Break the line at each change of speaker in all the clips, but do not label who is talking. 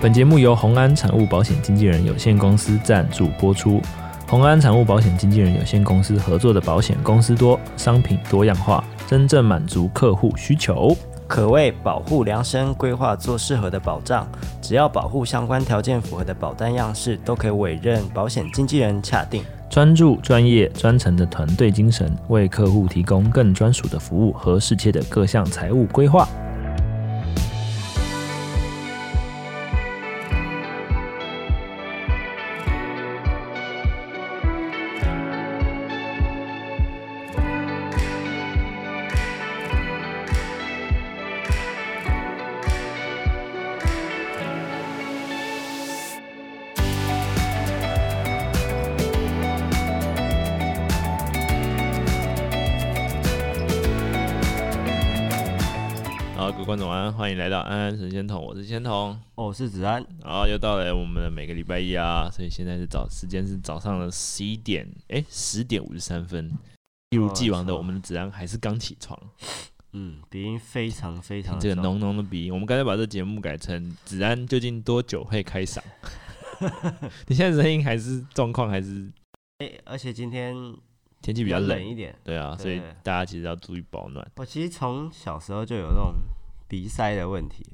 本节目由红安产物保险经纪人有限公司赞助播出。红安产物保险经纪人有限公司合作的保险公司多，商品多样化，真正满足客户需求。
可为保护量身规划做适合的保障，只要保护相关条件符合的保单样式，都可以委任保险经纪人洽定。
专注、专业、专诚的团队精神，为客户提供更专属的服务和适切的各项财务规划。好，各位观众晚安，欢迎来到安安神仙桶，我是仙童。
哦，我是子安，
然后又到了我们的每个礼拜一啊，所以现在是早时间是早上的十一点，哎，十点五十三分。一如既往的，
哦
我们的子安还是刚起床，
嗯，鼻音非常非常
听这个
的重
浓浓的鼻音。我们刚才把这节目改成子安究竟多久会开嗓？你现在声音还是状况还是
诶而且今天
天气
比
比较
冷
冷，
一点。
对啊，所以
对
大家其实要注意保暖。
我其实从小时候就有那种鼻塞的问题，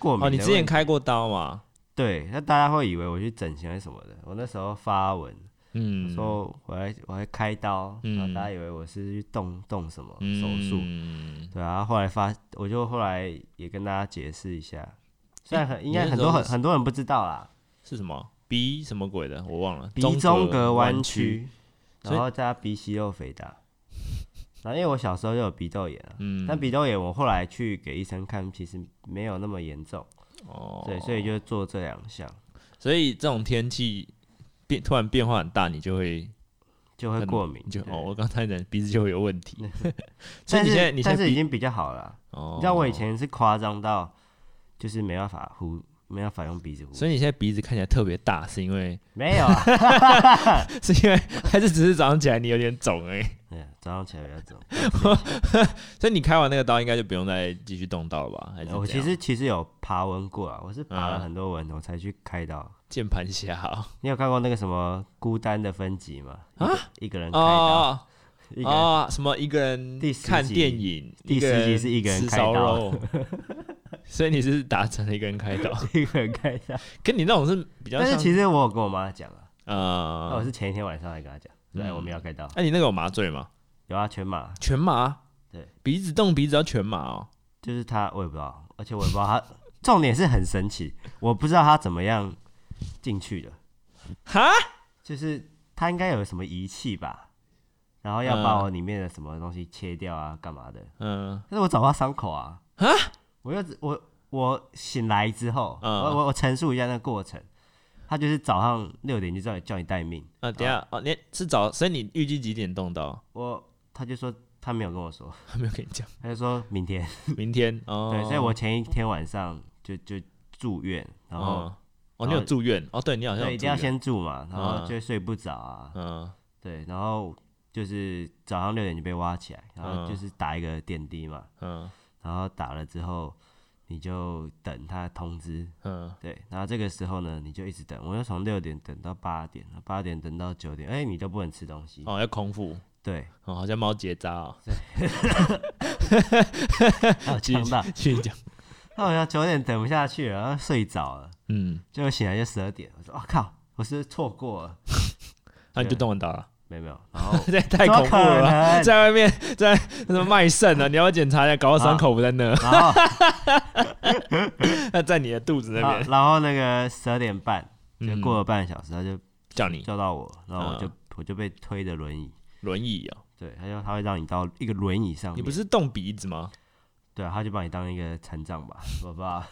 过敏
哦，
的问
你
题。
之前开过刀嘛？
对，那大家会以为我去整形还是什么的。我那时候发文
嗯，
说我还我还开刀，然
嗯
后大家以为我是去动动什么
嗯
手术。对啊，后来发，我就后来也跟大家解释一下，虽然很应
你
该
那
很
时
多
候
很很多人不知道啦，
是什么鼻什么鬼的？我忘了。
鼻中隔弯
弯，
曲，
所以
然后加鼻息肉肥大，然后因为我小时候就有鼻窦炎啊，
嗯，
但鼻窦炎我后来去给医生看，其实没有那么严重，
哦，
对，所以就做这两项
所以这种天气变突然变化很大，你就会
就会
很
过敏
你，就
对
哦，我刚才讲鼻子就会有问 题。所以
但
你现在
是
你现
但
在
是
鼻
已经比较好了啊，
哦
你知道我以，前是夸张到就是没办法呼，没办法用鼻子呼，
所以你现在鼻子看起来特别大，是因为
没有啊，
是因为还是只是早上起来你有点肿而已。
对，早上起来比较肿。
所以你开完那个刀，应该就不用再继续动刀了吧？还是
呃我
怎
其
样
实其实有爬文过啊，我是爬了
嗯
很多文，我才去开刀。
键盘侠哦
你有看过那个什么《孤单的分级》吗？
啊
一，一个人开刀，
哦
一个人
哦，什么一个人
第十集
看电影，
第
一个
十集
人
是一个人
吃
开
烧
刀
肉， 所以你是达成了一个人开刀，
一个人开刀。
跟你那种是比较
但
像，
是其实我有跟我妈讲啊，
呃
那我是前一天晚上才跟她讲，对，
嗯
我们要开刀，
哎、你那个有麻醉吗？
有啊，全麻，
全麻？
对，
鼻子动鼻子要全麻哦。
就是她，我也不知道，而且我也不知道她，重点是很神奇，我不知道她怎么样进去的，
哈？
就是她应该有什么仪器吧，然后要把
嗯
我里面的什么东西切掉啊，干嘛的，
嗯，
但是我找不到伤口啊！啊！我又只我我醒来之后，
嗯
我我我陈述一下那个过程。他就是早上六点就叫你叫你待命，
啊，等一下哦，你是早，所以你预计几点动刀？
我他就说他没有跟我说，
还没有跟你讲，
他就说明天。
明天哦。
对，所以我前一天晚上就就住院，然后、
哦，哦，你有住院哦？对你好像
对
有
一定要
住院
先住嘛，然后
嗯
就睡不着啊，
嗯
对，然后就是早上六点就被挖起来，然后
嗯
就是打一个点滴嘛，
嗯
然后打了之后你就等他通知，
嗯，
对，然后这个时候呢，你就一直等，我就从六点等到八点，八点等到九点，哎、你都不能吃东西。
哦，要空腹
对，
哦，好像猫结扎 哦。
还有
继
强
续
大，
继续讲，
那我要九点等不下去了，然后睡着了，
嗯，
结果醒来就十二点，我说我、哦靠，我是不是错过了，
那你就动完刀了，
没有没有，然后
这也 太恐怖了
怎么可
吧！
能
在外面 在什么卖肾 啊？你要检查一下，搞到伤口不在那，
然后
那在你的肚子那
然后
边。
然后那个十二点半，就
嗯
过了半个小时，他就
叫你
叫到我，然后我就、
嗯
我就被推着轮椅，
轮椅哦，
对，他就他会让你到一个轮椅上面，
你不是动鼻子吗？
对啊，他就把你当一个残障吧，我不知道，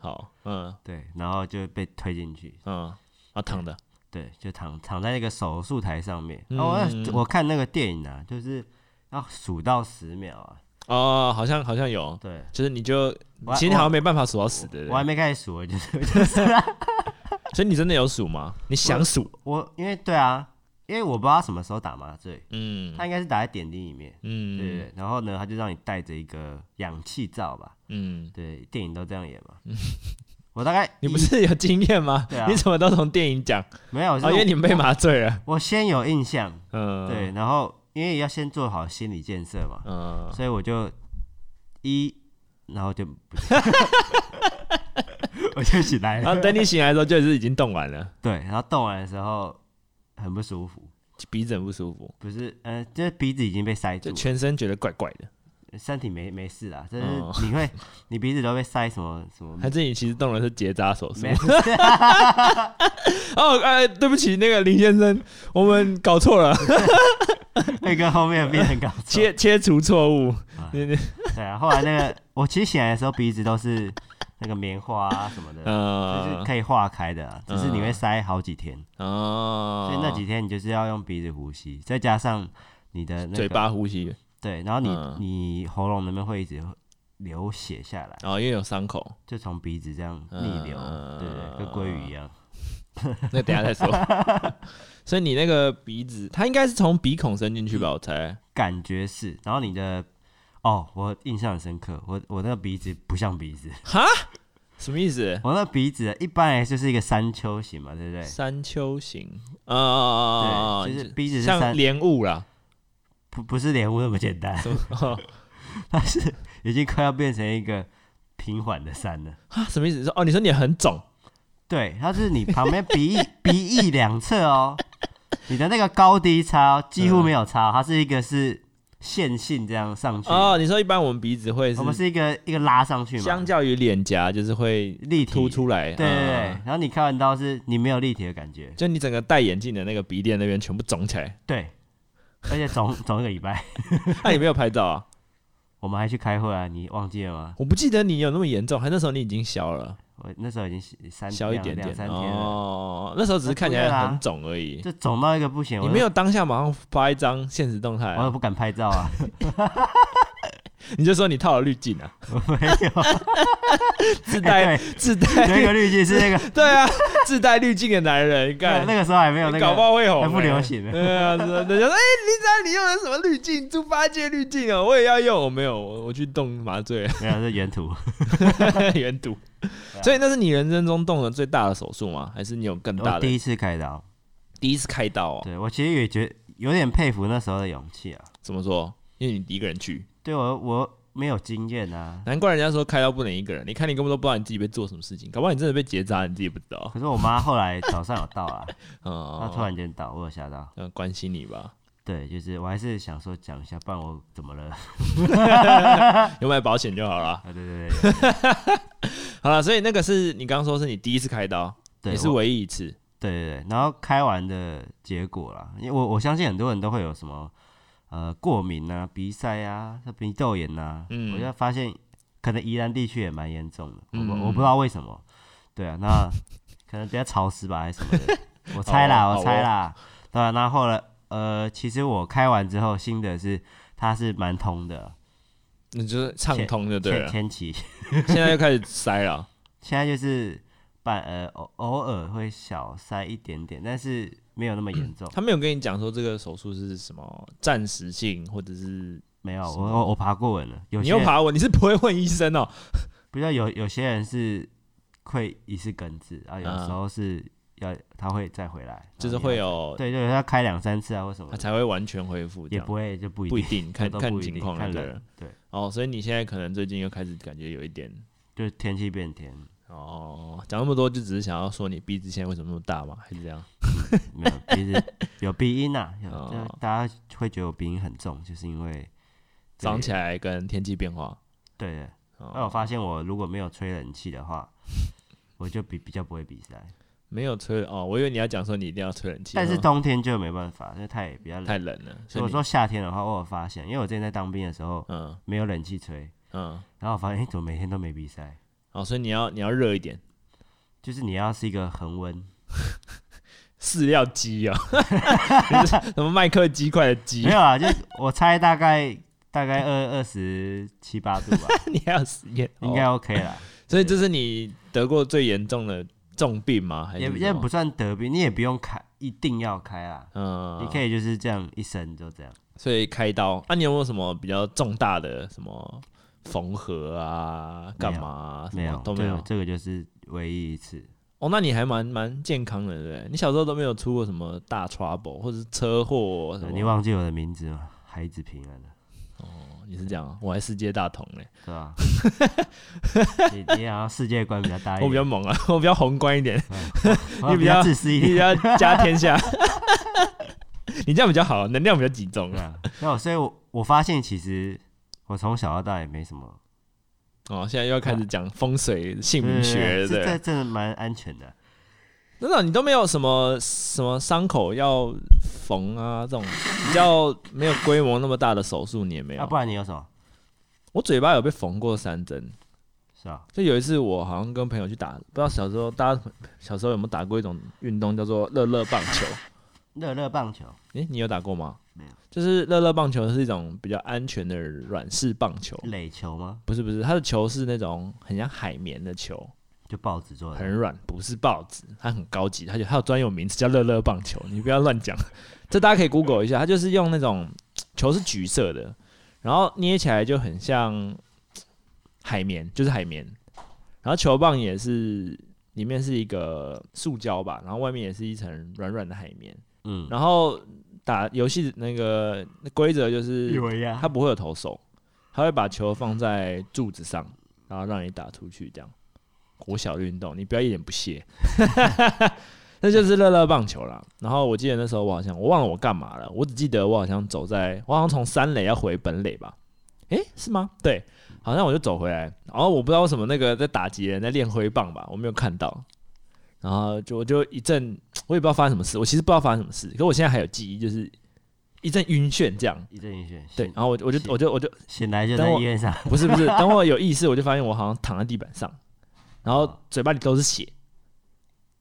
好，嗯
对，然后就被推进去，
嗯，啊躺的，
对，就躺躺在那个手术台上面。
嗯
然后我那我看那个电影啊，就是要数到十秒啊。
哦，好像好像有，
对，
就是你就
我还
其实好像没办法数到死的，
我还
对
没开始数，我就是
所以你真的有数吗？你想数？
我因为对啊，因为我不知道他什么时候打麻醉，
嗯
他应该是打在点滴里面。对对
嗯
对，然后呢，他就让你带着一个氧气罩吧，
嗯，
对，电影都这样演嘛。我大概
你不
一
是有经验吗？
对啊
你怎么都从电影讲？
没有，是
哦，因为你们被麻醉了。
我先有印象，
嗯，
对，，然后因为要先做好心理建设嘛，
嗯，
所以我就一，然后就不， 我就起来
然
了。
后等你醒来的时候，就是已经动完了，
对，然后动完的时候很不舒服，
鼻子很不舒服，
不是，呃，就是鼻子已经被塞住
就
了，
全身觉得怪怪的。
身体没没事啦，就是
哦
你会，你鼻子都被塞什么什么。
还是你其实动的是结扎手术
嗯没？事，
哦，哎，对不起，那个林先生，我们搞错了，
会跟后面变成搞错。
切切除错误
啊。
你你
对啊，后来那个我其实醒来的时候鼻子都是那个棉花啊什么 的，就是
呃
可以化开的啊，只是你会塞好几天，
哦，
所以那几天你就是要用鼻子呼吸，再加上你的那个
嘴巴呼吸
对，然后你、
嗯
你喉咙那边会一直流血下来，
哦，因为有伤 口，
就从鼻子这样逆流，
嗯
对对，跟鲑鱼一样，
那等一下再说。所以你那个鼻子，它应该是从鼻孔伸进去吧？我猜。
感觉是。然后你的哦，我印象很深刻，我我那个鼻子不像鼻子，
哈？什么意思？
我那鼻子一般来说就是一个山丘型嘛，对不对？
山丘型啊啊啊啊！
对，就是鼻子是
像
山，
莲雾啦，
不不是莲雾那么简单，
什么、哦、
它是已经快要变成一个平缓的山了。
啊？什么意思？说哦，你说你很肿
对，它是你旁边鼻翼鼻翼两侧 哦，你的那个高低差、哦、几乎没有差哦、它是一个是线性这样上去，
哦？你说一般我们鼻子会
嗯我们
是
是一个一个拉上去嘛
相，较于脸颊就是会
立体
凸。出来，
对对对，
嗯
然后你看完刀是你没有立体的感觉，
就你整个戴眼镜的那个鼻垫那边全部肿起 来。
对，而且总 总一个礼拜，
那、你没有拍照啊？
我们还去开会啊，你忘记了吗？
我不记得你有那么严重，还那时候你已经消了，
我那时候已经三
消一
两
点
两
点
三天了，
哦。那时候只是看起来很肿而已，
就肿到一个不行，
你
我
没
都
有当下马上发一张现实动态、
我也
啊，
不敢拍照 啊，
你就说你套了滤镜 啊，
我没有，
自带自带
那个滤镜是那个
对啊，自带滤镜的男人，干、
那个时候还没有那
你
个
搞不好会红、
还不
欸
流行呢
对啊，是啊人家说哎，林仔你用的什么滤镜？猪八戒滤镜哦，我也要用。我没有，我我去动麻醉
没有是原图。
原毒。
啊
所以那是你人生中动的最大的手术吗？还是你有更大
我
的？
第
第
一次开刀，
一次开刀哦？
对我其实也觉有点佩服那时候的勇气啊。
怎么说？因为你一个人去，
对我我没有经验啊，
难怪人家说开刀不能一个人。你看你根本都不知道你自己被做什么事情，搞不好你真的被结扎，你自己不知道。
可是我妈后来早上有到 啊，她突
嗯，
然间到，我有吓到。
嗯，关心你吧。
对，就是我还是想说讲一下，不然我怎 么了？啊，
有买保险就好了。
对对对
好了，所以那个是你刚刚说是你第一次开刀，
对，
也是
我
唯一一次。
对对对。然后开完的结果啦，因为我我相信很多人都会有什么呃过敏啊、鼻塞啊、鼻窦炎啊，
嗯
我就发现可能宜兰地区也蛮严重的，我不、
嗯
我不知道为什么。对啊，那可能比较潮湿吧，还是什么 的，我猜啦，
好哦
我猜啦。对啊，那后来呃，其实我开完之后，新的是它是蛮通的，
你就是畅通就对啊
前
了。
前期
现在又开始塞了，
现在就是半呃偶偶尔会小塞一点点，但是没有那么严重。
他没有跟你讲说这个手术是什么暂时性，或者是
没有，
什
我
么
我我爬过文了，有
你
些
又
人
爬我，你是不会问医生哦。
不知道有有些人是会一次根治啊，有
嗯
时候是要他会再回来，
就是
然后
会
要
有
对对，要开两三次啊或什么
他
的，
才会完全恢复，这
也
样
不会就不一
不一
定，
定 看
都
看
不一
情
定
况
看
就对
人
了。
对，
哦，所以你现在可能最近又开始感觉有一点
就是天气变天，
哦，讲那么多就只是想要说你鼻子现在为什么那么大嘛，还是这样？
没有鼻 子有鼻音呐，有
哦
就大家会觉得我鼻音很重，就是因为
长起
来。
来跟天气变化，
对的，
哦
那我发现我如果没有吹冷气的话，我就比比较不会比赛，
没有吹哦，我以为你要讲说你一定要吹冷气，
但是
哦
冬天就没办法，因为太比较冷。
太冷了。
所
所
以
以
我
你
说夏天的话，我有发现，因为我之前在当兵的时候
嗯
没有冷气吹，
嗯，
然后我发现，哎、怎么每天都没比赛？
哦，所以你要你要热一点，
就是你要是一个恒 温，
饲料鸡 哦，什么麦克鸡块的鸡
没，有啊，就是我猜大概大概二二十七八度吧，
你还有实验？
应该
哦
OK 啦，
所以这是你得过最严重的重病吗？还是
也
什么
也不算得病，你也不用开，一定要开啦，
嗯，
你可以就是这样一生就这样。
啊所以开刀。那、你有没有什么比较重大的什么缝合啊，干嘛、啊、什
没有
么都没有
对。这个就是唯一一次。
哦，那你还蛮蛮健康的，对不对？你小时候都没有出过什么大 trouble 或者是车祸什么？
哎你忘记我的名字吗？孩子平安了，
你是这样啊，我还世界大同嘞，
对 吧？你你好像世界观比较大一
我
点，
比较猛啊， 我比较宏观一 点，
我比
你比较
自私一
你比
点。
较家天下， 你这样比较好，能量比较集中
对
啊。
啊，那我所以我我发现其实我从小到大也没什么
哦，现在又要开始讲风水姓
对
名学，对
对对嗯这
不对
这，真的蛮安全的。
真的你都没有什么什么伤口要缝啊，这种比较没有规模那么大的手术你也没
啊，
有
不。然你有什么？
我嘴巴有被缝过三针，
是啊吧？
就有一次，我好像跟朋友去打，不知道小时候大家小时候有没有打过一种运动叫做乐乐棒 球？
乐乐棒球，
诶、你有打过吗？
没有。
就是乐乐棒球是一种比较安全的软式棒球，
垒球吗？
不是不是，它的球是那种很像海绵的球，
就报纸做
很
的。
软，不是报纸，它很高级，它有它有专有名词叫乐乐棒球，你不要乱讲， 这大家可以 Google 一下，它就是用那种球是橘色的，然后捏起来就很像海绵，就是海绵，然后球棒也是里面是一个塑胶吧，然后外面也是一层软软的海绵，
嗯，
然后打游戏的那个规则就是
为呀
它不会有投手，它会把球放在柱子上，然后让你打出去，这样。国小运动，你不要一脸不屑， 那就是乐乐棒球啦。然后我记得那时候我好像我忘了我干嘛了，我只记得我好像走在，我好像从三垒要回本垒吧？诶、是吗？对，好像我就走回来，然后我不知道为什么那个在打击的人在练挥棒吧，我没有看到。然后就我就一阵，我也不知道发生什么事，我其实不知道发生什么事，可我现在还有记忆，就是一阵晕眩这样。
一阵一阵，
对，
醒
然，后我就我
是
就我就我就
醒来就
等
在
我
医院上。
不是不是，等我有意识，我就发现我好像躺在地板上，然
啊
后嘴巴里都是血，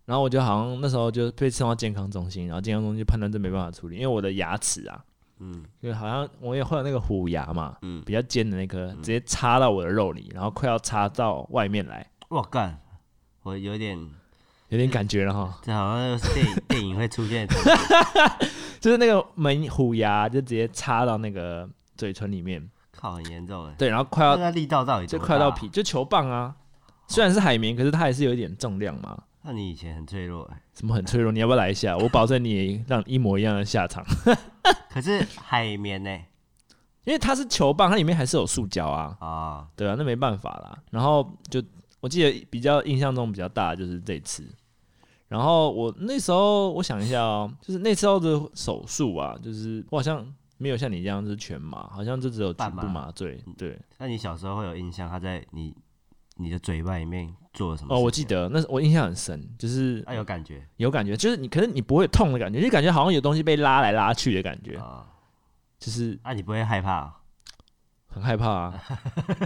然后我就好像那时候就被送到健康中心，然后健康中心就判断这没办法处理，因为我的牙齿啊，
嗯
就好像我也会有那个虎牙嘛，
嗯，
比较尖的那颗，直接插到我的肉里，然后快要插到外面来，
我干，我有点，
有点感觉了 哈，
这好像又是 电影电影会出现的场景。
就是那个门虎牙就直接插到那个嘴唇里面，
靠，很严重哎。
对，然后快要
那它力道到底
就
多大
快到皮，。就球棒啊，虽然是海绵，可是它还是有一点重量嘛。
那你以前很脆弱哎，
什么很脆弱？你要不要来一下？我保证你让一模一样的下场，
可是海绵呢？
因为它是球棒，它里面还是有塑胶啊，
啊，
对啊，那没办法啦。然后就我记得比较印象中比较大的就是这次，然后我那时候我想一下哦、就是那时候的手术啊，就是我好像没有像你一样是全麻，好像就只有局
半麻
部麻醉，对。
那你小时候会有印象，他在你你的嘴巴里面做了什么？
哦，我记，得那我印象很深，就是
啊，有感觉
有感觉，就是你可是你不会痛的感觉，就感觉好像有东西被拉来拉去的感觉，
啊，
就是
啊，你不会害怕哦？
很害怕啊。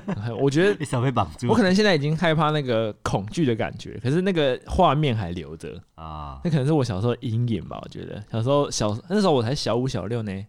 很害我觉得
你手被绑住
我可能现在已经害怕那个恐惧的感觉，可是那个画面还留着，
啊？
那可能是我小时候的阴影吧。我觉得小时候小那时候我才小五小六呢，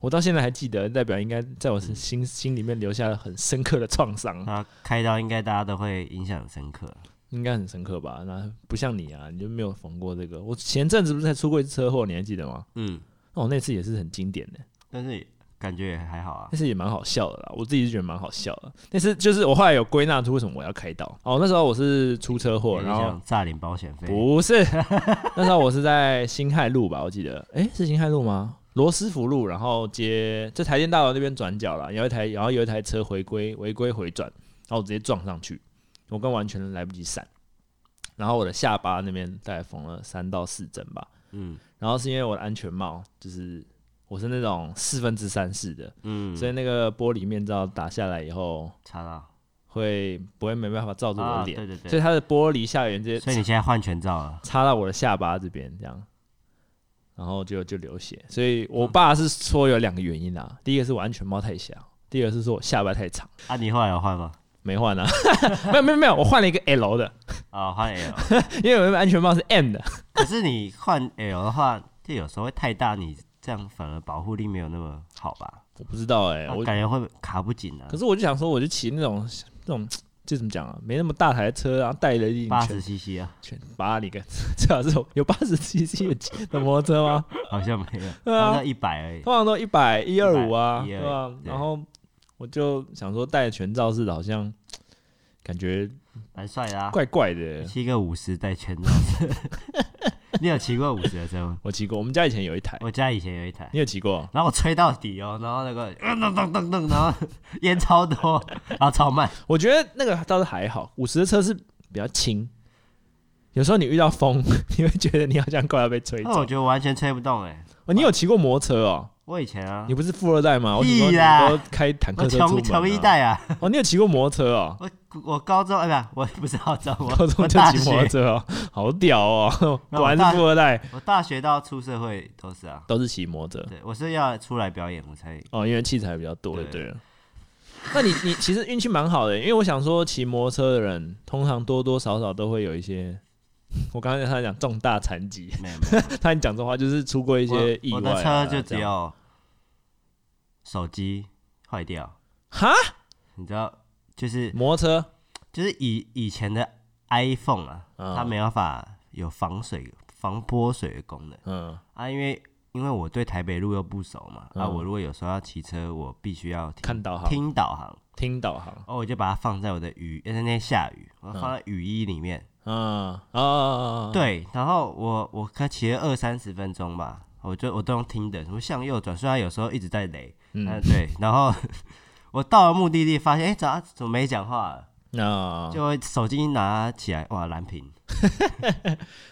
我到现在还记得，代表应该在我心心里面留下了很深刻的创伤，
那开刀应该大家都会印象很深刻。
应该很深刻吧？那不像你啊，你就没有缝过这个。我前阵子不是才出过一次车祸，你还记得吗？
嗯，
哦，那次也是很经典的，
但是感觉也还好啊。
那次也蛮好笑的啦，我自己是觉得蛮好笑的。那次就是我后来有归纳出为什么我要开刀哦，那时候我是出车祸，
有
然
点
后
像诈领保险费，
不是，哎 那时候我是在新海路吧，我记得，诶，是新海路吗？罗斯福路，然后接在台电大楼那边转角啦，有一台，然后有一台车回归违规回转，然后我直接撞上去，我跟完全来不及闪，然后我的下巴那边大概缝了三到四针吧，
嗯
然后是因为我的安全帽就是。我是那种四分之三式的，
嗯，
所以那个玻璃面罩打下来以后，
查到
会不会没办法罩住我
啊
的脸？
对对
所以
对，
它的玻璃下缘直接
所以你现在换全照了，
插到我的下巴这边，这样，然后就就流血。所以我爸是说有两个原因啊，第一个是我安全帽太小，第二个是说我下巴太长，
啊，你后来有换吗？
没换啊， 没有没有没有，我换了一个 L 的，
啊，换 L，
因为我的安全帽是 M 的，
可是你换 L 的话，就有时候会太大，你这样反而保护力没有那么好吧？
我不知道哎、
啊
我
感觉会卡不紧啊
可。是我就想说，我就骑那种那种。这怎么讲啊？没那么大台的车，然后带了一
八
圈
十 CC 啊，
圈，把你个最好是有有八十 cc 的的摩托车吗？
好像没有，
对啊
好像一百而已。
通常都一百一二五啊，
120
对吧、
对
然后我就想说戴全罩式的好像感觉
蛮帅的啊。
怪怪的。
骑个五十带全罩 式，你有骑过五十的车吗？
我骑过，我们家以前有一台，
我家以前有一台，
你有骑过？
然后我吹到底哦，然后那个噔噔噔噔噔，然后烟超多，然后超慢，
我觉得那个倒是还好，五十的车是比较轻，有时候你遇到风， 你会觉得你好像快要被吹
那
走
我。觉得完全吹不动哎、
哦，你有骑过摩托车哦？
我以前啊
你，不是富二代吗？我怎么
屁啦
你都开坦
我
克车出
穷
门、
穷一
啊？
代啊，
哦，你有骑过摩托车哦？
我我高中哎不，我不是高中，我
高中
我
就
大
骑摩托
学，
车哦，好屌哦！
那
果
我
然
大
是富二代，
我大学到出社会都是啊。
都是骑摩托车
对，我是要出来表演我才
哦，因为器材比较多就对
对
了。那你你其实运气蛮好的，因为我想说骑摩托车的人通常多多少少都会有一些，我刚才他讲重大残疾，
没有没有
他讲这话就是出过一些意
我，我
外、啊
的车就只
这样
有手机坏掉，
哈
你知道，就是
摩托车
就是以以前的 iPhone 啊，
嗯
它没办法有防水、防泼水的功能
嗯
啊，因为因为我对台北路又不熟嘛，啊，
嗯
我如果有时候要骑车，我必须要听
看导航
听导航，
听导航
哦，我就把它放在我的雨，因为那天下雨，我
嗯
放在雨衣里面，
啊啊啊！啊，
对，然后我我开骑了二三十分钟吧，我就我都用听的，什么向右转，虽然有时候一直在雷，
嗯
嗯，对，然后我到了目的地，发现哎、诶怎么怎么没讲话了？
那
就会手机一拿起来，哇，蓝屏，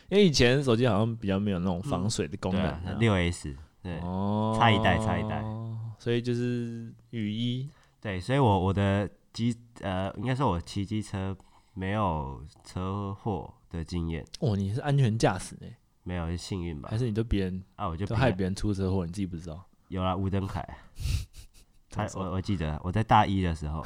因为以前手机好像比较没有那种防水的功
对
能
啊
啊，，
六 S，对
哦，
差一代差一代，
所以就是雨衣
对，所以我我的机呃，应该说我骑机车没有车祸的经验，
哦，你是安全驾驶呢，
没有是幸运吧
还？是你都别人
啊，我就
都
拼
害
了
别人出车祸，你自己不知道？
有了吴 登凯，
怎么
他
说
我我记得我在大一的时候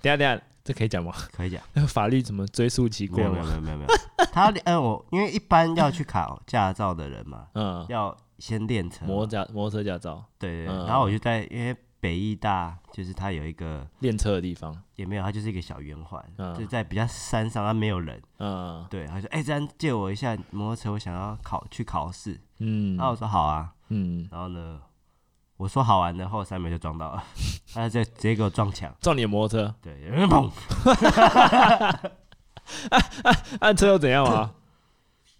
等一下等一下，这可以讲吗？
可以讲。
那个 法律怎么追溯期
没
过
有没有
吗？
没有没有没有，他嗯我因为一般要去考驾照的人嘛，
嗯，
要先练车嘛，
摩托驾摩托车驾照
对对对，
嗯
然后我就在因为北艺大就是它有一个
练车的地方，
也没有，它就是一个小圆环，
嗯
就是在比较山上，它没有人，
嗯
对，他说哎，这样借我一下摩托车，我想要考去考试，
嗯
然后我说好啊，
嗯，
然后呢，我说好玩的后三秒就撞到了， 他就直接给我撞墙，
撞你的摩托车，
对，砰，
按车又怎样啊？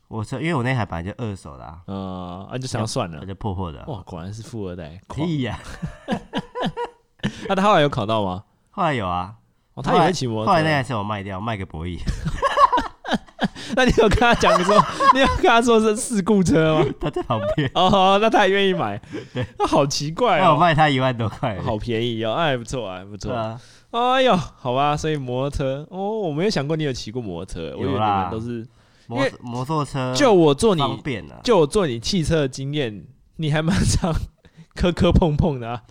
我车因为我那台本来就二手的、啊，
嗯，啊，就想要算了
它。就破破的啊，
哇，果然是富二代。狂
屁呀、
那他后来有考到吗？
后来有啊，
哦，他也会骑摩
后
托
来那
车。
台车我卖掉，卖给博弈。
那你有跟他讲说，你有跟他说是事故车吗？
他在旁边，
哦，那他也愿意买。那好奇怪
那我
哦，
卖他一万多块而已。
好便宜哦，哎，不错，哎，不
对
错。
啊，
哎呦，好吧，所以摩托车，哦，我没有想过你有嗯骑过摩托车，我以为你
有
们
啦
都是。
摩
因为
摩托车
就我做你，
方便啊。
就我做你汽车的经验，你还蛮常 磕磕碰碰的啊。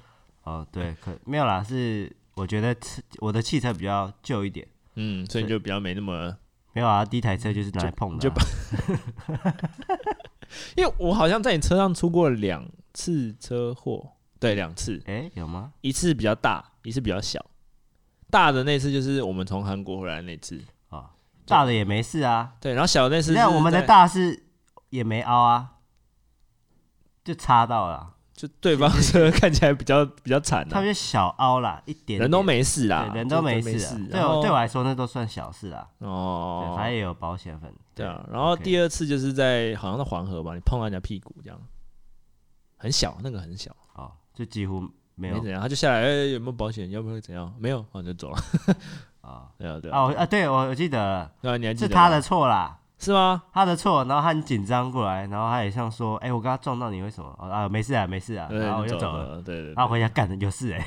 哦，对，可没有啦，是我觉得汽我的汽车比较旧一点，
嗯，所以你就比较没那么
没有啊，第一台车就是拿来碰的
就
啊、
把因为我好像在你车上出过两次车祸，对，两次，
哎、有吗？
一次比较大，一次比较小。大的那次就是我们从韩国回来那次，
哦，大的也没事啊。
对，然后小的那啊次是
那我们的
在
大是也没凹啊，就擦到了啊，
就对方车看起来比较比较惨啊
他们，就小凹啦，一点点
人都没事啦，
对，人都没
就就
事啊。对
然后
我对我来说那都算小事啦，对，反
哦，
正也有保险粉。
对啊，然后
OK
第二次就是在好像在黄河吧，你碰到人家屁股这样，很小，那个很小，
哦，就几乎
没
没有
怎样，他就下来，哎、有没有保险？要不会怎样？没有，哦，就走了，
啊。
对啊，对啊，
哦啊，对，我我记得了
对啊，你还记
是
得
他的
吗
错啦，
是吗？
他的错。然后他很紧张过来，然后他也像说：“哎、我刚刚撞到你，为什么？”哦啊，没事啊，没事啊。
对，
然后我
你
就走了。
了。对对
然
对，
后回家干的有事哎、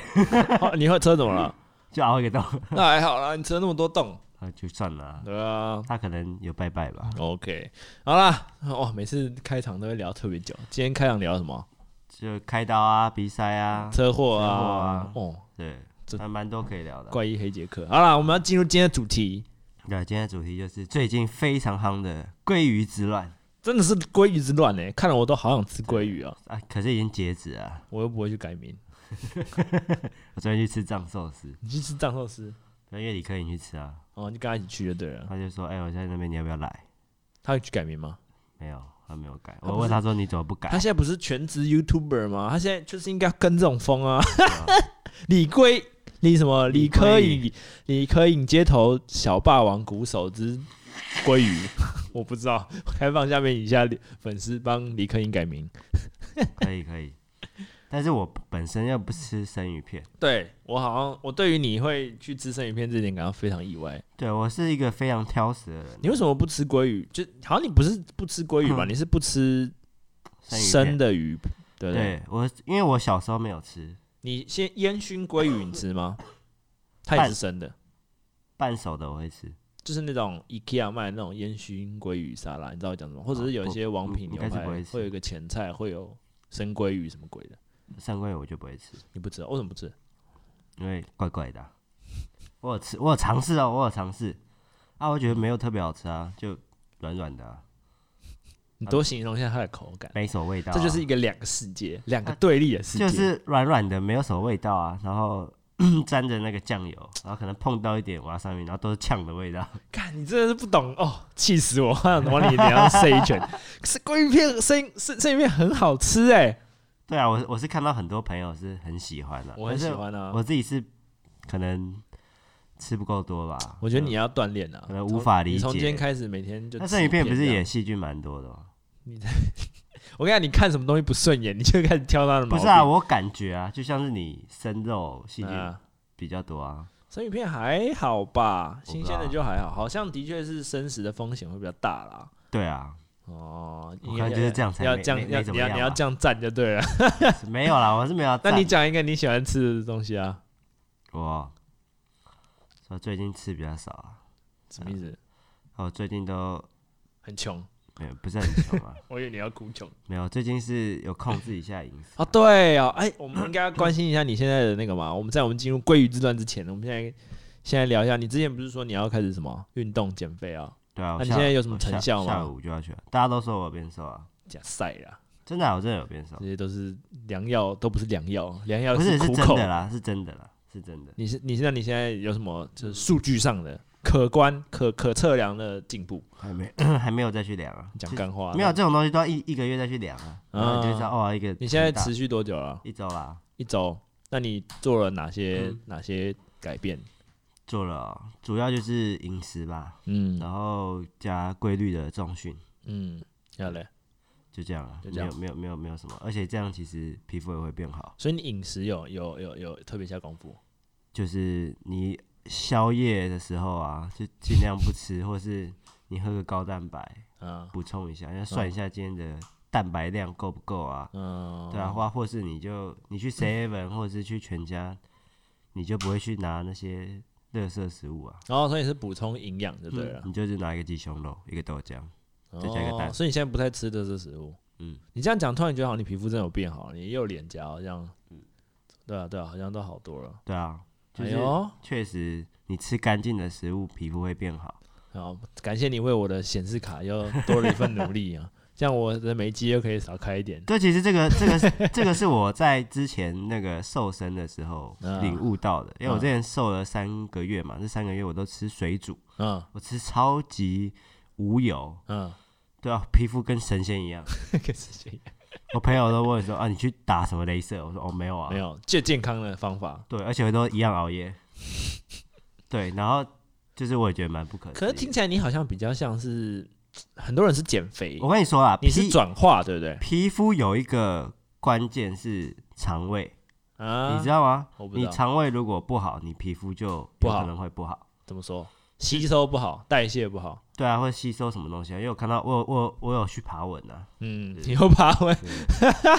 哦你会车怎么 了？
就熬一个洞，
那还好啦，你车那么多洞。
啊就算了啊、
对啊
他可能有拜拜吧，
，OK，好啦，哦，每次开场都会聊特别久。今天开场聊什么？
就开刀啊、鼻塞啊，
车祸
车祸
啊
啊，
哦，
对
这，
还蛮多可以聊的。
怪医黑杰克。好啦，我们要进入今天的主题，
对，今天的主题就是最近非常夯的鲑鱼之乱
真的是鲑鱼之乱欸呢，看了我都好想吃鲑鱼啊，
啊，可是已经截止了。
我又不会去改名。
我昨天去吃藏寿司，
你去吃藏寿司，
那月里可以去吃啊，
哦，你跟他一起去就对了。
他就说：“哎、我在那边，你要不要来
他会去改名吗？？”
没有，他没有改。
不
我问
是
他说：“你怎么不改？”
他现在不是全职 YouTuber 啊 吗？他现在就是应该要跟这种风啊，李龟你什么
李
李科
逵
颖，李科颖街头小霸王鼓手之鲑鱼， 我不知道，开放下面以下粉丝帮李科颖改名。
可以可以。但是我本身又不吃生鱼片，
对我好像我对于你会去吃生鱼片这点感到非常意外。
对我是一个非常挑食的人。
你为什么不吃鲑鱼？就好像你不是不吃鲑鱼吧？
嗯
你是不吃
生鱼
生
片？
的鱼，对不对？
对我，因为我小时候没有吃
你先烟熏鲑鱼，你吃 吗？它也是生的，
半熟的，我会吃。
就是那种 IKEA 卖的那种烟熏鲑鱼沙拉，你知道我讲什
哦
么？或者是有一些王品
不
牛
应该是
排
不会吃
会有一个前菜，会有生鲑鱼什么鬼的，
三鲑鱼我就不会吃，
你不吃？为什么不吃？
因为怪怪的啊、我有吃，我有尝试哦，我有尝试啊，我觉得没有特别好吃啊，就软软的啊、
你多形容一下它的口感，
没什么味道啊、
这就是一个两个世界，两个对立的世界。
啊就是软软的，没有什么味道啊，然后 沾着那个酱油，然后可能碰到一点瓦上面，然后都是呛的味道。
看，你真的是不懂哦，气死我！我想 往你脸上塞一拳。可是鲑鱼片生生生鱼片很好吃哎、
对啊，我我是看到很多朋友是很喜欢的、
我很喜欢
但
啊
是。我自己是可能吃不够多吧。
我觉得你要锻炼啊，
可能无法理
你从
解
今天开始每天就
那
吃
生鱼片不是
这样
也细菌蛮多的吗？
我跟你讲，你看什么东西不顺眼，你就开始挑它的毛
不
病。
是啊，我感觉啊，就像是你生肉细菌
啊
比较多啊。
生鱼片还好吧，
我不知
新
道
鲜的就还好，好像的确是生食的风险会比较大啦。
对啊，
哦，
我
你
看
要
就是这样才
要
没
这
没
样，要
没怎
你
么
要
样
你要
吧
这样站就对了。
没有 啦，我是没有赞。
那你讲一个你喜欢吃的东西啊？
我，我最近吃比较少啊，
什么意思？
我最近都
很穷，
没有不是很穷 啊，
我以为你要哭穷。
没有，最近是有控制一下饮食。
哦，对哦，哎，我们应该要关心一下你现在的那个嘛。我们在我们进入鲑鱼之段之前，我们现在现在聊一下，你之前不是说你要开始什么运动减肥啊？
对啊，
那
我
你
下
现在有什么
我下
成效吗
下午就要去了，大家都说我有变瘦啊，
假赛啦，
真的啊、我真的有变瘦
这，些都是良药，都不是良药，良药
不是是
苦
真
口。
的啦，是真的啦，是真 的。
你是你现在你现在有什么就是数据上的可观可可测量的进步？
还没 还没有再去量啊，
讲
就
干话
没有，这种东西都要一一个月再去量啊，然后你就知道哦一个
你现在
很大
持续多久了？
一周啦，
一周？那你做了哪些、
嗯
哪些改变？
做了哦、主要就是饮食吧，
嗯
然后加规律的重训，
嗯，要嘞。
就这样啊，
就这样
没有没有没有没有什么，而且这样其实皮肤也会变好，
所以你饮食有有有有特别下功夫？
就是你宵夜的时候啊，就尽量不吃，或是你喝个高蛋白
啊，
补充一下，要算一下今天的蛋白量够不够啊，
嗯，
对啊，或或是你就你去 seven 或者是去全家，你就不会去拿那些垃圾食物啊，
然后哦所以是补充营养就对啊了，
你就是拿一个鸡胸肉，一个豆浆，
哦
再加一个蛋
所以你现在不太吃的是食物。
嗯，
你这样讲，突然觉得好，像你皮肤真的有变好，你又脸颊好像，对啊对啊，好像都好多了。
对啊，嗯就
哎
是。
呦，
确实，你吃干净的食物，皮肤会变好。
好，感谢你为我的显示卡又多了一份努力 啊，这样我的眉肌又可以少开一点。
对，其实这个这个是这个是我在之前那个瘦身的时 候
嗯
领悟到的，因为我
嗯
之前瘦了三个月嘛，这三个月我都吃水煮，
嗯
我吃超级无油，
嗯，
对啊，皮肤跟神仙一样。
可是这样
我朋友都问我说啊，你去打什么镭射？我说哦，没有啊，
没。有最健康的方法。
对，而且我都一样熬夜。对，然后就是我也觉得蛮不可思议的。
可是听起来你好像比较像是很多人是减肥，
我跟你说啊，
你是
皮
转化对不对？
皮肤有一个关键是肠胃。
啊，
你知道吗？
我不知
你
道
肠胃如果不好，你皮肤就有
不好
可能会不好。
怎么说？吸收不好，代谢不好。
对啊，会吸收什么东西啊？因为我看到我有我有我有去爬文啊，
嗯，你又爬文，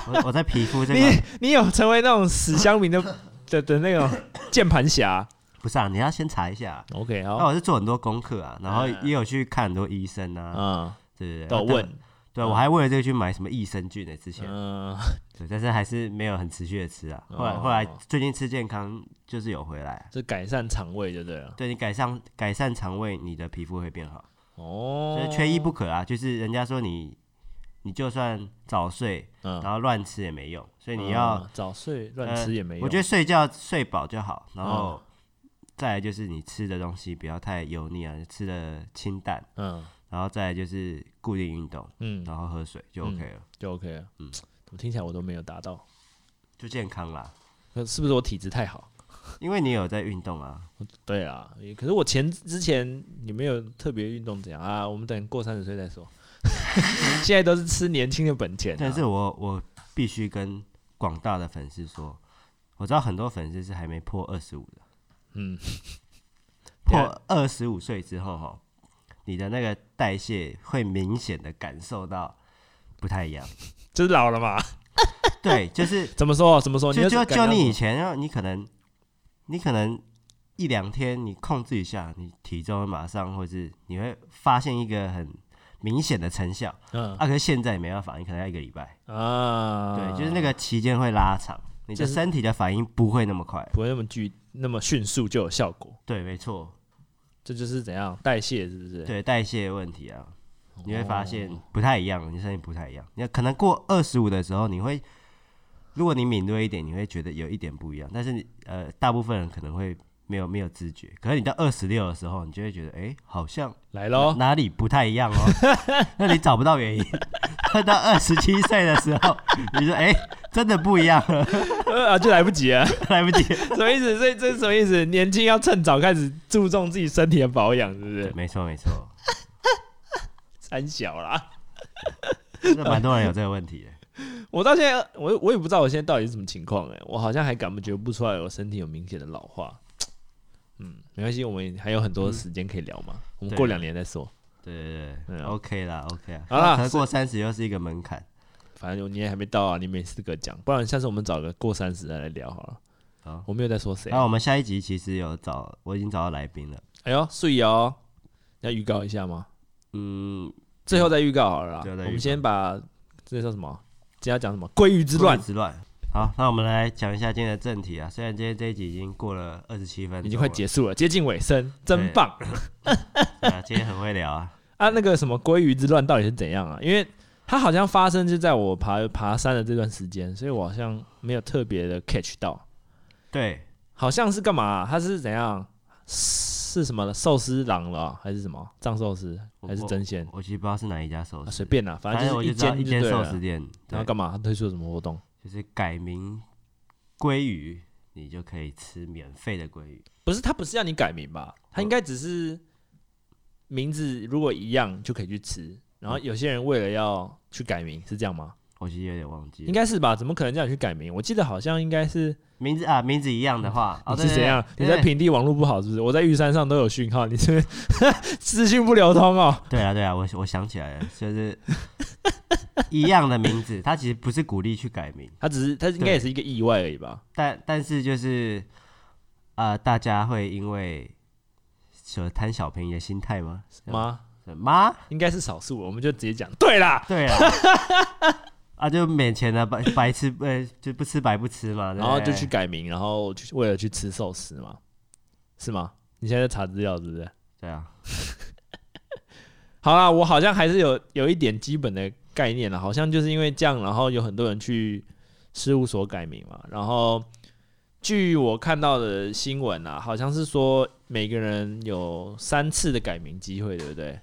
我我在皮肤这
你
个
你有成为那种死乡民的 的的那种键盘侠
不是啊，你要先查一下啊、
？OK，
那、
好，
我是做很多功课啊，然后也有去看很多医生啊，
嗯，
对不对？
都有
然后
问，啊
对啊我还为了这个去买什么益生菌呢、之前、
嗯，
对，但是还是没有很持续的吃啊。后来
哦
后来最近吃健康就是有回来啊、
就改善肠胃就对了。
对你改善改善肠胃，你的皮肤会变好。
哦，
就是缺一不可啊。就是人家说你，你就算早睡，
嗯
然后乱吃也没用，所以
嗯
你要、呃
早睡乱吃也没用。嗯
我觉得睡觉睡饱就好，然后再来就是你吃的东西不要太油腻啊，吃的清淡，
嗯
然后再来就是固定运动，
嗯，
然后喝水就
嗯
OK 了，
就 OK 了。嗯
嗯，
怎么听起来我都没有达到？
就健康啦。
可是不是我体质太好？
因为你有在运动啊，
对啊，也可是我前之前也没有特别运动怎样啊，我们等过三十岁再说。 现在都是吃年轻的本钱、啊，
但是我我必须跟广大的粉丝说，我知道很多粉丝是还没破二十五的，
嗯，
破二十五岁之后哈，你的那个代谢会明显的感受到不太一样。
就是老了嘛。
对，就是
怎么说？怎么说？
就
哦你
就
感
就
到
你以
什么
前，你可能你可能一两天你控制一下，你体重马上或是你会发现一个很明显的成效。
嗯
啊，可是现在没办法，你可能要一个礼拜，
啊，
对，就是那个期间会拉长，你的
就是
身体的反应不会那么快。
不会那么剧那么迅速就有效果，
对，没错，
这就是怎样代谢是不是？
对代谢问题啊，
哦，
你会发现不太一样，你身体不太一样。你可能过二十五的时候，你会，如果你敏锐一点，你会觉得有一点不一样。但是你呃，大部分人可能会没有没有知觉。可是你到二十六的时候，你就会觉得，哎、好像
来喽，
哪里不太一样哦。 那你找不到原因。 到二十七岁的时候，你说，哎、真的不一样了，
呃 啊，就来不及了，
来不及。
什么意思？这这是什么意思？年轻要趁早开始注重自己身体的保养，是不
对
是？
没错没错，
三小啦，
真的蛮多人有这个问题的。
我到现在我我也不知道我现在到底是什么情况哎、我好像还感觉不出来我身体有明显的老化。嗯，没关系，我们还有很多时间可以聊嘛，我们
对
过两年再说。
对对
对
对、
啊
o k 啦，OK 啊。
好啦
可是过三十又是一个门槛
反正你也还没到啊，你没资格讲。不然下次我们找个过三十的来聊好了。
啊。好
我没有在说谁
然。后我们下一集其实有找，我已经找到来宾了。
哎呦，睡哦，要预告一下吗？
嗯，
最后再预告好了啦。
最后再预告
我们先把这叫什么？今天要讲什么？鲑鱼之乱
之乱。好，那我们来讲一下今天的正题啊。虽然今天这一集已经过了二十七分钟了，
已经快结束了，接近尾声，真棒
对啊，今天很会 聊啊。
啊！那个什么鲑鱼之乱到底是怎样啊？因为它好像发生就在我爬爬山的这段时间，所以我好像没有特别的 catch 到。
对，
好像是干嘛啊、它是怎样？是什么了？寿司郎了啊还是什么藏寿司？
我
还是真鲜？
我其实不知道是哪一家寿
啊
司，
随、便啦，反
反正
就
我
是
就知道
间
一
一
间寿
寿
司
司。
店，
然
对
后，干嘛？它推出了什么活动？
就是改名鲑鱼，你就可以吃免费的鲑鱼。
不是，他不是要你改名吧？他应该只是名字如果一样就可以去吃。然后有些人为了要去改名，是这样吗？
我其实有点忘记了，
嗯应该是吧？怎么可能叫你去改名？我记得好像应该是
名字啊，名字一样的话，哦
你嗯是怎样？你
对对对
在平地网络不好是不是？我在玉山上都有讯号，你是 资讯不流通哦。
对啊，对啊，我我想起来了，就是一样的名字， 他其实不是鼓励去改名，
他只是他应该也是一个意外而已吧？
但但是就是呃，大家会因为什么贪小便宜的心态吗？
吗？
妈，
应该是少数，我们就直接讲对啦。
对啊， 啊就免钱了，白白吃，呃，就不吃白不吃嘛，对不
然后哦就
对
去改名，然后去为了去吃寿司嘛，是吗？你现在在查资料是不是？
对啊，
好啦，我好像还是有有一点基本的概念了，好像就是因为这样，然后有很多人去事务所改名嘛。然后据我看到的新闻啊，好像是说每个人有三次的改名机会，对不对？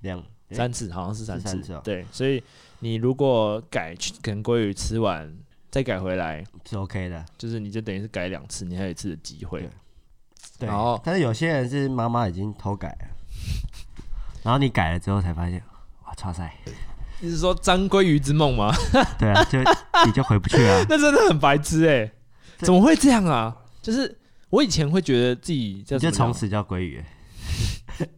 两诶
三次，好像是三次。
是三次哦
对，所以你如果改去跟鲑鱼吃完再改回来，
是 OK 的，
就是你就等于是改两次，你还有一次的机会
对。对
然后。
但是有些人是妈妈已经偷改了，然后你改了之后才发现，哇，操塞，
你是说张鲑鱼之梦吗？
对啊， 就你就回不去啊了、
那真的很白痴哎、
这
怎么会这样啊？就是我以前会觉得自己叫
你就
什么啊
从此叫鲑鱼。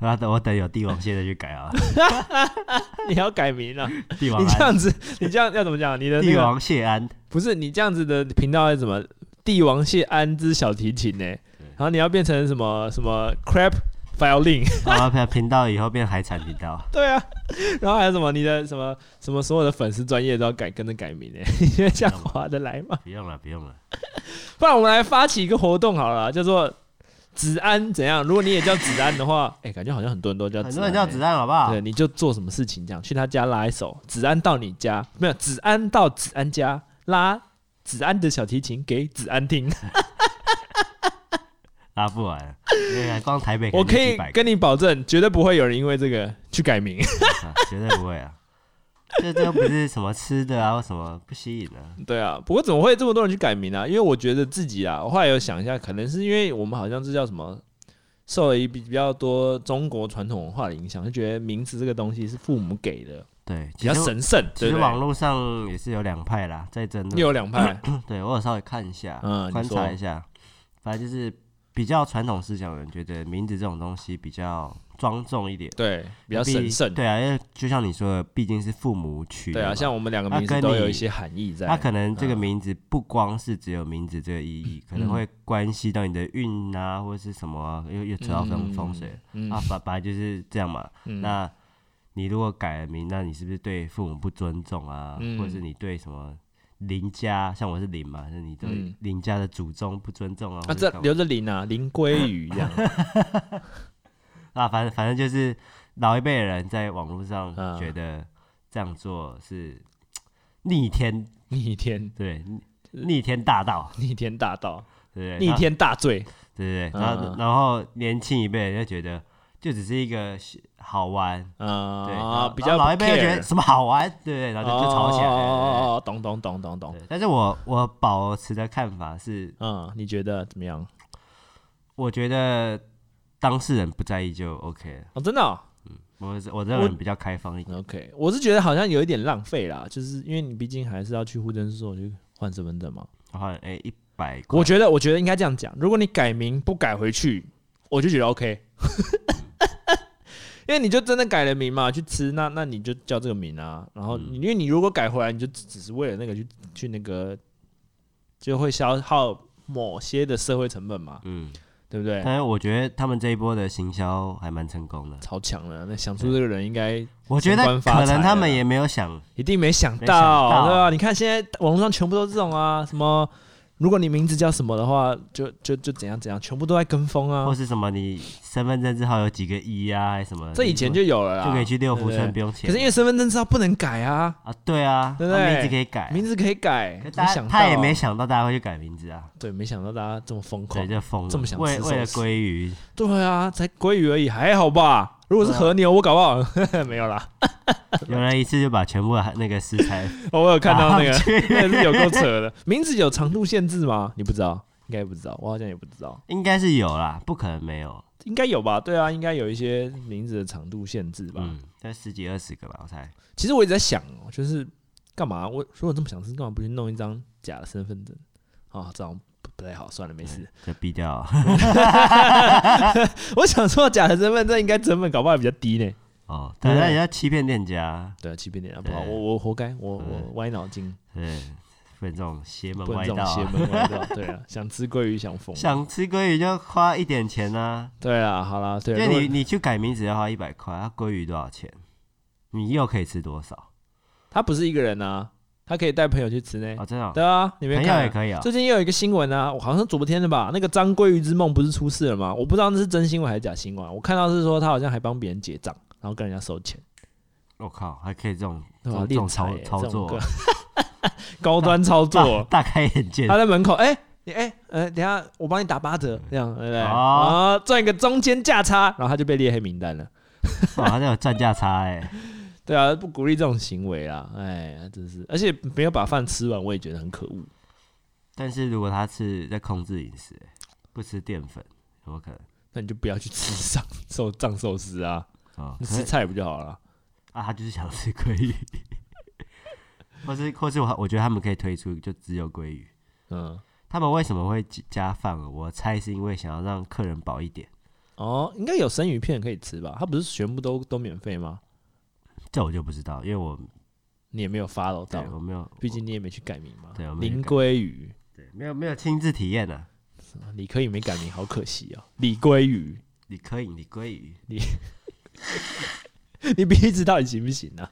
我要等我等有帝王蟹再去改 啊，
样，你要改名 了、
帝王
你这
安，
样子，你这样要怎么讲？你的那
帝
个
王 蟹安，
不是你这样子的频道要怎么？帝王蟹安之小提琴呢、然后你要变成什么什么 crab violin？
啊，频频道以后变海产频道，
对啊，然后还有什么你的什么什么所有的粉丝专业都要改跟着改名呢、 你觉得这样划得来吗？
不用了，不用了，
不然我们来发起一个活动好了，叫做子安怎样？如果你也叫子安的话，哎、感觉好像很多人都叫子安、
很多人叫子弹好不好
对，？你就做什么事情这样，去他家拉一首，子安到你家，没有，子安到子安家拉子安的小提琴给子安 听。
拉不完，对啊，光台北
我可
能就
以
几百个
跟你保证，绝对不会有人因为这个去改名。
啊绝对不会啊，这这又不是什么吃的啊，或什么不吸引啊。
对啊，不过怎么会这么多人去改名啊？因为我觉得自己啊，我后来有想一下，可能是因为我们好像这叫什么，受了一比比较多中国传统文化的影响，就觉得名字这个东西是父母给的，
对，
比
其
较
实
神圣，
其
对
实
不
网
对？
络上也是有两派啦，在争
又
论。
有两 派，
对我有稍微看一下，
嗯你
观察
说
一下，反正就是比较传统思想的人觉得名字这种东西比较庄重一点，
对，比
比
较神圣，
对啊，因为就像你说的，毕竟是父母取的
对
嘛。
啊，像我们两个
那
名字
跟
都有
你
一些含义在
他。可能这个
嗯
名字不光是只有名字这个意义，可能
嗯
会关系到你的运啊，或者是什么啊、又又扯到风风水了、
嗯
啊，本本来就是这样嘛。
嗯
那你如果改了名，那你是不是对父母不尊重啊？
嗯
或者是你对什么邻家，像我是邻嘛，那你对
嗯
邻家的祖宗不尊重啊？
啊，
或
这
者干嘛
留着林啊， 林鲑鱼这样，
啊，反正反正就是老一辈的人在网络上
啊
觉得这样做是逆天，
逆天
对，逆天大道，
逆天大盗，
对不对？
逆
那
天大罪，
对对对，
嗯
然
嗯
后然后年轻一辈人就觉得就只是一个好玩，对，然
啊
后，
比
然
较
后老一
不
辈就觉
care
得什么好玩，对对，然后就就吵起来
哦哦
了。
哦哦懂懂懂懂
对
懂
对。对但是我我保持的看法是，
嗯，你觉得怎么样？
我觉得当事人不在意就 OK 了。
哦，真的、哦、
我是我这个
我
人比较开放一点，
，OK，我是觉得好像有一点浪费啦，就是因为你毕竟还是要去户政事所去换身份证嘛。
然后哎一百块
我觉得，我觉得应该这样讲，如果你改名不改回去，我就觉得 OK，因为你就真的改了名嘛，去吃，那那你就叫这个名啊。然
嗯
后，因为你如果改回来，你就只只是为了那个去去那个，就会消耗某些的社会成本嘛，
嗯，
对不对？
但是我觉得他们这一波的行销还蛮成功的。
超强了，那想出这个人应该
我觉得
升官发
可
财
能他
了
们
啦
也没有想，
一定没想
没想到
到，对吧？你看现在网络上全部都是这种啊，什么如果你名字叫什么的话，就就就怎样怎样，全部都在跟风
或
啊。
是什么你身份证字号有几个一啊，还是什么，
这以前就有了啦，
就可以去六福
对
村
不
不
对
用钱。
可是因为身份证字号不能改啊，
啊，对啊，
对
他
不对
名字可以改，
名字可以改
可。
没
大
想
家
到啊
他也没想到大家会去改名字啊，
对，没想到大家这么疯
对，
狂。
就疯了。
这么想
为
吃
为了
寿司
鲑鱼，
对啊，才鲑鱼而已，还好吧？如果是和牛，我搞不好 没有啦。
有人一次就把全部的那个食材
我有看到那个
打上，去
那个是有够扯的。名字有长度限制吗？你不知道？应该不知道，我好像也不知道。
应该是有啦，不可能没有，
应该有吧？对啊，应该有一些名字的长度限制吧。
嗯，这十几二十个吧，我猜。
其实我一直在想哦，就是干嘛？我如果这么想吃，干嘛不去弄一张假的身份证啊？这样不不太好，算了，没事。
就毙 掉了
我想说，假的身份证应该成本搞不好还比较低呢。
哦，
对
但是也要欺骗店家，
对啊，欺骗点啊，不好，
对
我我活该，我
对
我歪脑筋，
对，不能这种邪门
不能
歪
这种
道
邪
啊。
门歪道。对啊，想吃鲑鱼想疯。
想吃鲑鱼就花一点钱啊，
对啊，好啦，对
因
啊，
为
如果
你你去改名字要花一百块，啊，鲑鱼多少钱？你又可以吃多少？
他不是一个人啊，他可以带朋友去吃呢。
哦，真的哦，
对啊，你没
朋
看
友
啊
也可以啊。
最近又有一个新闻啊，我好像昨天的吧，那个张鲑鱼之梦不是出事了吗？我不知道那是真新闻还是假新闻啊。我看到是说他好像还帮别人结账，然后跟人家收钱，
我靠，还可以这种这
对吧
种哦这
敛
种
财
操
欸
操
这种
作
个
啊，
高端操作。啊
大大开 眼界
他。在门口，哎、你哎、呃，等一下我帮你打八折，这样对不对？啊，
哦
赚一个中间价差，然后他就被列黑名单了。
哇，他有赚价差哎、
对啊，不鼓励这种行为啊，哎，真是，而且没有把饭吃完，我也觉得很可恶。
但是如果他是在控制饮食、欸，不吃淀粉，怎么可能？
那你就不要去吃上寿藏寿司 啊，
哦，
你
可
吃
是
菜不就好了？
啊，他就是想吃鲑鱼， 或是或是我我觉得他们可以推出就只有鲑鱼。
嗯，
他们为什么会加饭额？我猜是因为想要让客人饱一点，
哦，应该有生鱼片可以吃吧？它不是全部都都免费吗？
这我就不知道，因为我
你也没有 follow
对
到，
我没有，
啊毕竟你也没去改名嘛。
对啊我没去
林
改
鲑鱼，
对没有没有亲自体验啊。
啊李科宇没改名，好可惜哦。李鲑鱼，
你可以，你鲑鱼，
你鼻子到底行不行啊？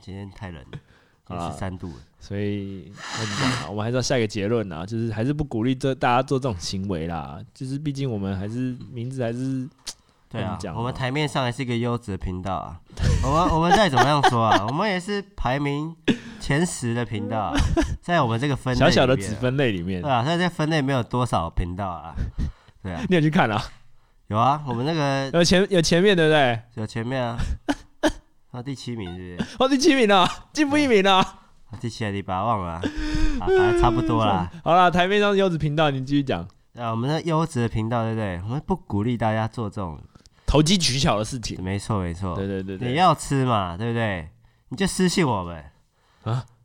今天太冷了，
好啦
十三度了。
所以我怎么讲啊，我们 还是要下一个结论啊，就是还是不鼓励这大家做这种行为啦。就是毕竟我们还是名字还是
对
跟
啊
你，讲
我们
哦
台面上还是一个优质的频道啊。 我们我们再怎么样说啊，我 们也是排名前十的 频道、啊，在我们这个分类
小小的
里面
子
啊，
分类里面
对，啊，在这分类没有多少频道啊。对啊，
你有去看啊？
有啊，我们那个
有前有前面对不对？
有前面啊，那第七名是不是？
哦，第七名了，进步一名了。
啊第七还是第八忘了啊，啊啊差不 多啦。
好了，台面上是优质频道，你继续讲
啊，我们的优质的频道，对不对？我们不鼓励大家做这种，
投机取巧的事情。
没错没错。
对对对
哦你
对，
要吃嘛，对不对？你就私信我们，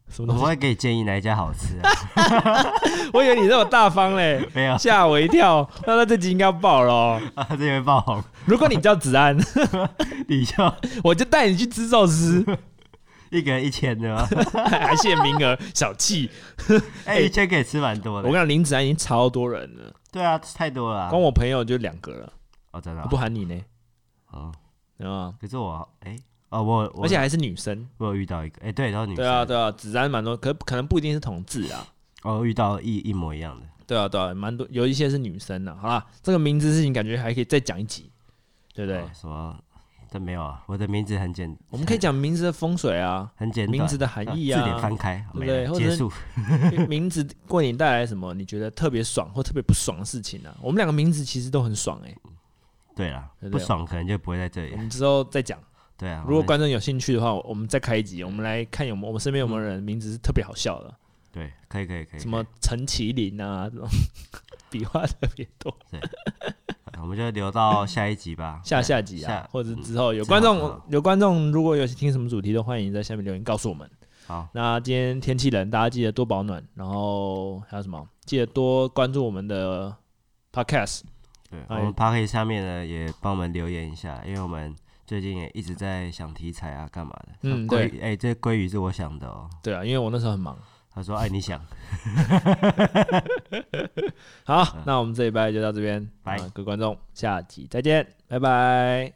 什
我
么
们
东西？
会给你建议哪一家 好吃、啊。
我以为你这么大方嘞，
没有，
吓我一跳。那他这集应该要爆了哦。
啊、这会爆红，
如果你叫子安，
你就
我就带你去吃寿司，
一个人一千的吗？
还限名额，小气。
哎、
哎
一千可以吃蛮多
我
的
跟你。讲，林子安已经超多人了，
对啊，太多了、啊
光。我朋友就两个了，
哦，真的、
不含你呢，
哦，
对吗？
可是我哎、哦，我我
而且还是女生。
我有遇到一个，哎、对，然后女生，
对啊，对啊，子安蛮多，可可能不一定是同志啊。
哦，遇到一一模一样的。
对啊，对啊，蛮多，有一些是女生啊的。好啦，这个名字事情感觉还可以再讲一集，对不对？
哦什么？这没有啊，我的名字很简，
我们可以讲名字的风水啊，
很简短，
名字的含义
字典
啊，
翻开，
对不
没
对
了
或者
结
是
束。
名字为你带来什么？你觉得特别爽或特别不爽的事情啊？我们两个名字其实都很爽哎、
对啦
对，不
不
对
爽可能就不会在这
我
里。
们之后再讲。
对啊，
如果
我们
观众有兴趣的话，我我们再开一集，我们来看有没有我们身边有没有人名字是特别好笑的，
对，可以可以可以，
什么陈麒麟啊这种， 笔画特别多。。
可以我们就留到 下一集吧
下下集啊
下，嗯
或者是之后有
之后
观
之
众
后
有观众如果有听什么主题都欢迎在下面留言告诉
啊
我们。
好，
那今天天气冷，大家记得多保暖，然后还有什么？记得多关注我们的 podcast。
对，我
哎
们 p a r k 下面呢也帮我们留言一下，因为我们最近也一直在想题材啊，干嘛的。
嗯
鲑鱼，哎，这鲑鱼是我想的哦。
对啊，因为我那时候很忙。
他说，哎，你想，
好，那我们这一拜就到这边，
嗯拜
啊各位观众，下集再见，拜拜。